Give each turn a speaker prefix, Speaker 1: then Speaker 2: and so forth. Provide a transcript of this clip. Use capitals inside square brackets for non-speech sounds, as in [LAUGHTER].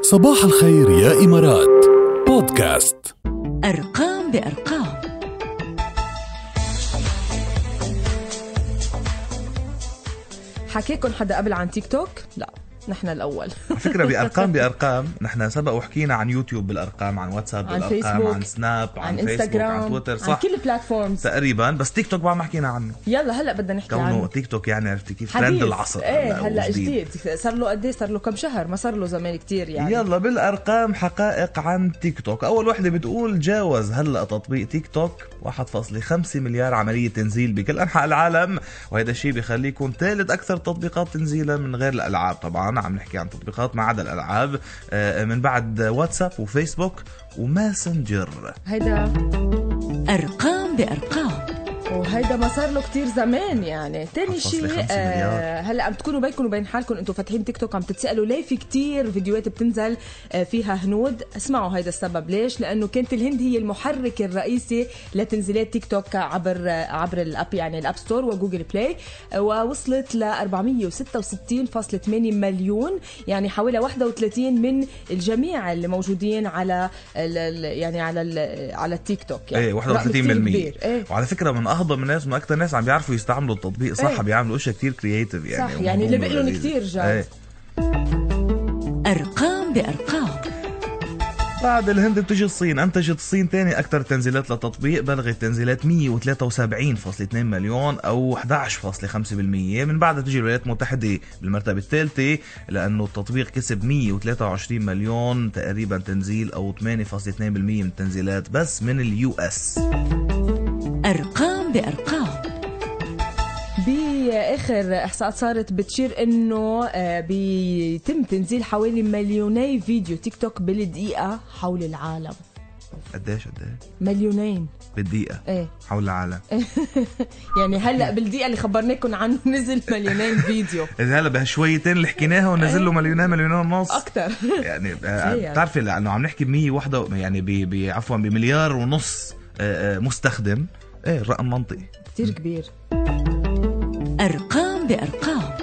Speaker 1: صباح الخير يا إمارات بودكاست
Speaker 2: أرقام بأرقام
Speaker 3: حكيكم حدا قبل عن تيك توك؟ لا نحن
Speaker 4: [LAUGHS]
Speaker 3: الأول
Speaker 4: على فكره
Speaker 3: [LAUGHS]
Speaker 4: بارقام بارقام نحن سبق وحكينا عن يوتيوب بالارقام عن واتساب
Speaker 3: عن
Speaker 4: بالارقام
Speaker 3: فيسبوك،
Speaker 4: عن سناب عن,
Speaker 3: عن
Speaker 4: فيسبوك
Speaker 3: انستغرام
Speaker 4: عن تويتر
Speaker 3: عن
Speaker 4: صح
Speaker 3: كل البلاتفورمز
Speaker 4: تقريبا بس تيك توك بقى ما حكينا عنه
Speaker 3: يلا هلا بدنا نحكي
Speaker 4: كونه
Speaker 3: عنه
Speaker 4: تيك توك يعني عرفتي كيف
Speaker 3: حديث.
Speaker 4: ترند العصر
Speaker 3: ايه هلا
Speaker 4: وجديد.
Speaker 3: جديد صار له قد ايه صار له كم شهر ما صار له زمان كتير يعني
Speaker 4: يلا بالارقام حقائق عن تيك توك اول وحده بتقول جاوز هلا تطبيق تيك توك 1.5 مليار عمليه تنزيل بكل انحاء العالم وهذا الشيء بيخليكم ثالث اكثر تطبيقات تنزيلا من غير الالعاب طبعا عم نحكي عن تطبيقات ما عدا الالعاب آه، من بعد واتساب وفيسبوك وماسنجر
Speaker 3: هيدا
Speaker 2: أرقام بأرقام
Speaker 3: وهيدا ما صار له كتير زمان يعني تاني
Speaker 4: 1.5
Speaker 3: شيء
Speaker 4: مليار.
Speaker 3: آه هلا عم تكونوا بينكم وبين حالكم انتم فاتحين تيك توك عم تتسالوا ليه في كتير فيديوهات بتنزل آه فيها هنود اسمعوا هيدا السبب ليش لانه كانت الهند هي المحرك الرئيسي لتنزيلات تيك توك عبر آه عبر الاب يعني الاب ستور وجوجل بلاي آه ووصلت ل 466.8 مليون يعني حوالي 31 من الجميع اللي موجودين على ال- ال- يعني على ال- على التيك توك يعني
Speaker 4: ايه
Speaker 3: رقم كتير
Speaker 4: 31%
Speaker 3: كبير. ايه
Speaker 4: وعلى فكره من اهضم الناس من اكثر الناس عم بيعرفوا يستعملوا التطبيق صح
Speaker 3: إيه.
Speaker 4: عم بيعملوا اشياء كثير كرييتيف يعني
Speaker 3: صح، يعني اللي
Speaker 4: ومهمة
Speaker 3: بقلن
Speaker 4: ولذيذة.
Speaker 3: كتير جد.
Speaker 4: إيه.
Speaker 2: أرقام بأرقام
Speaker 4: بعد الهند بتجي الصين انتجت الصين ثاني اكثر تنزيلات للتطبيق بلغت تنزيلات 173.2 مليون او 11.5% من بعدها تجي الولايات المتحده بالمرتبه الثالثه لانه التطبيق كسب 123 مليون تقريبا تنزيل او 8.2% من التنزيلات بس من اليو اس
Speaker 2: أرقام بأرقام
Speaker 3: باخر احصاءات صارت بتشير انه آه، بيتم تنزيل حوالي مليوني فيديو تيك توك بالدقيقه حول العالم
Speaker 4: قديش قديش
Speaker 3: مليونين
Speaker 4: بالدقيقه
Speaker 3: ايه
Speaker 4: حول العالم
Speaker 3: يعني هلا بالدقيقه اللي خبرناكم عنه [LAUGHS] نزل مليونين فيديو
Speaker 4: اذا هلا بهالشويتين اللي حكيناها ونزل له مليونين مليونين ونص
Speaker 3: اكثر
Speaker 4: يعني
Speaker 3: يعني.
Speaker 4: بتعرفي لانه عم نحكي ب 100 وحده يعني ب- ب- عفوا بمليار ونص آه، آه، مستخدم ايه رقم منطقي
Speaker 3: كثير كبير
Speaker 2: أرقام بأرقام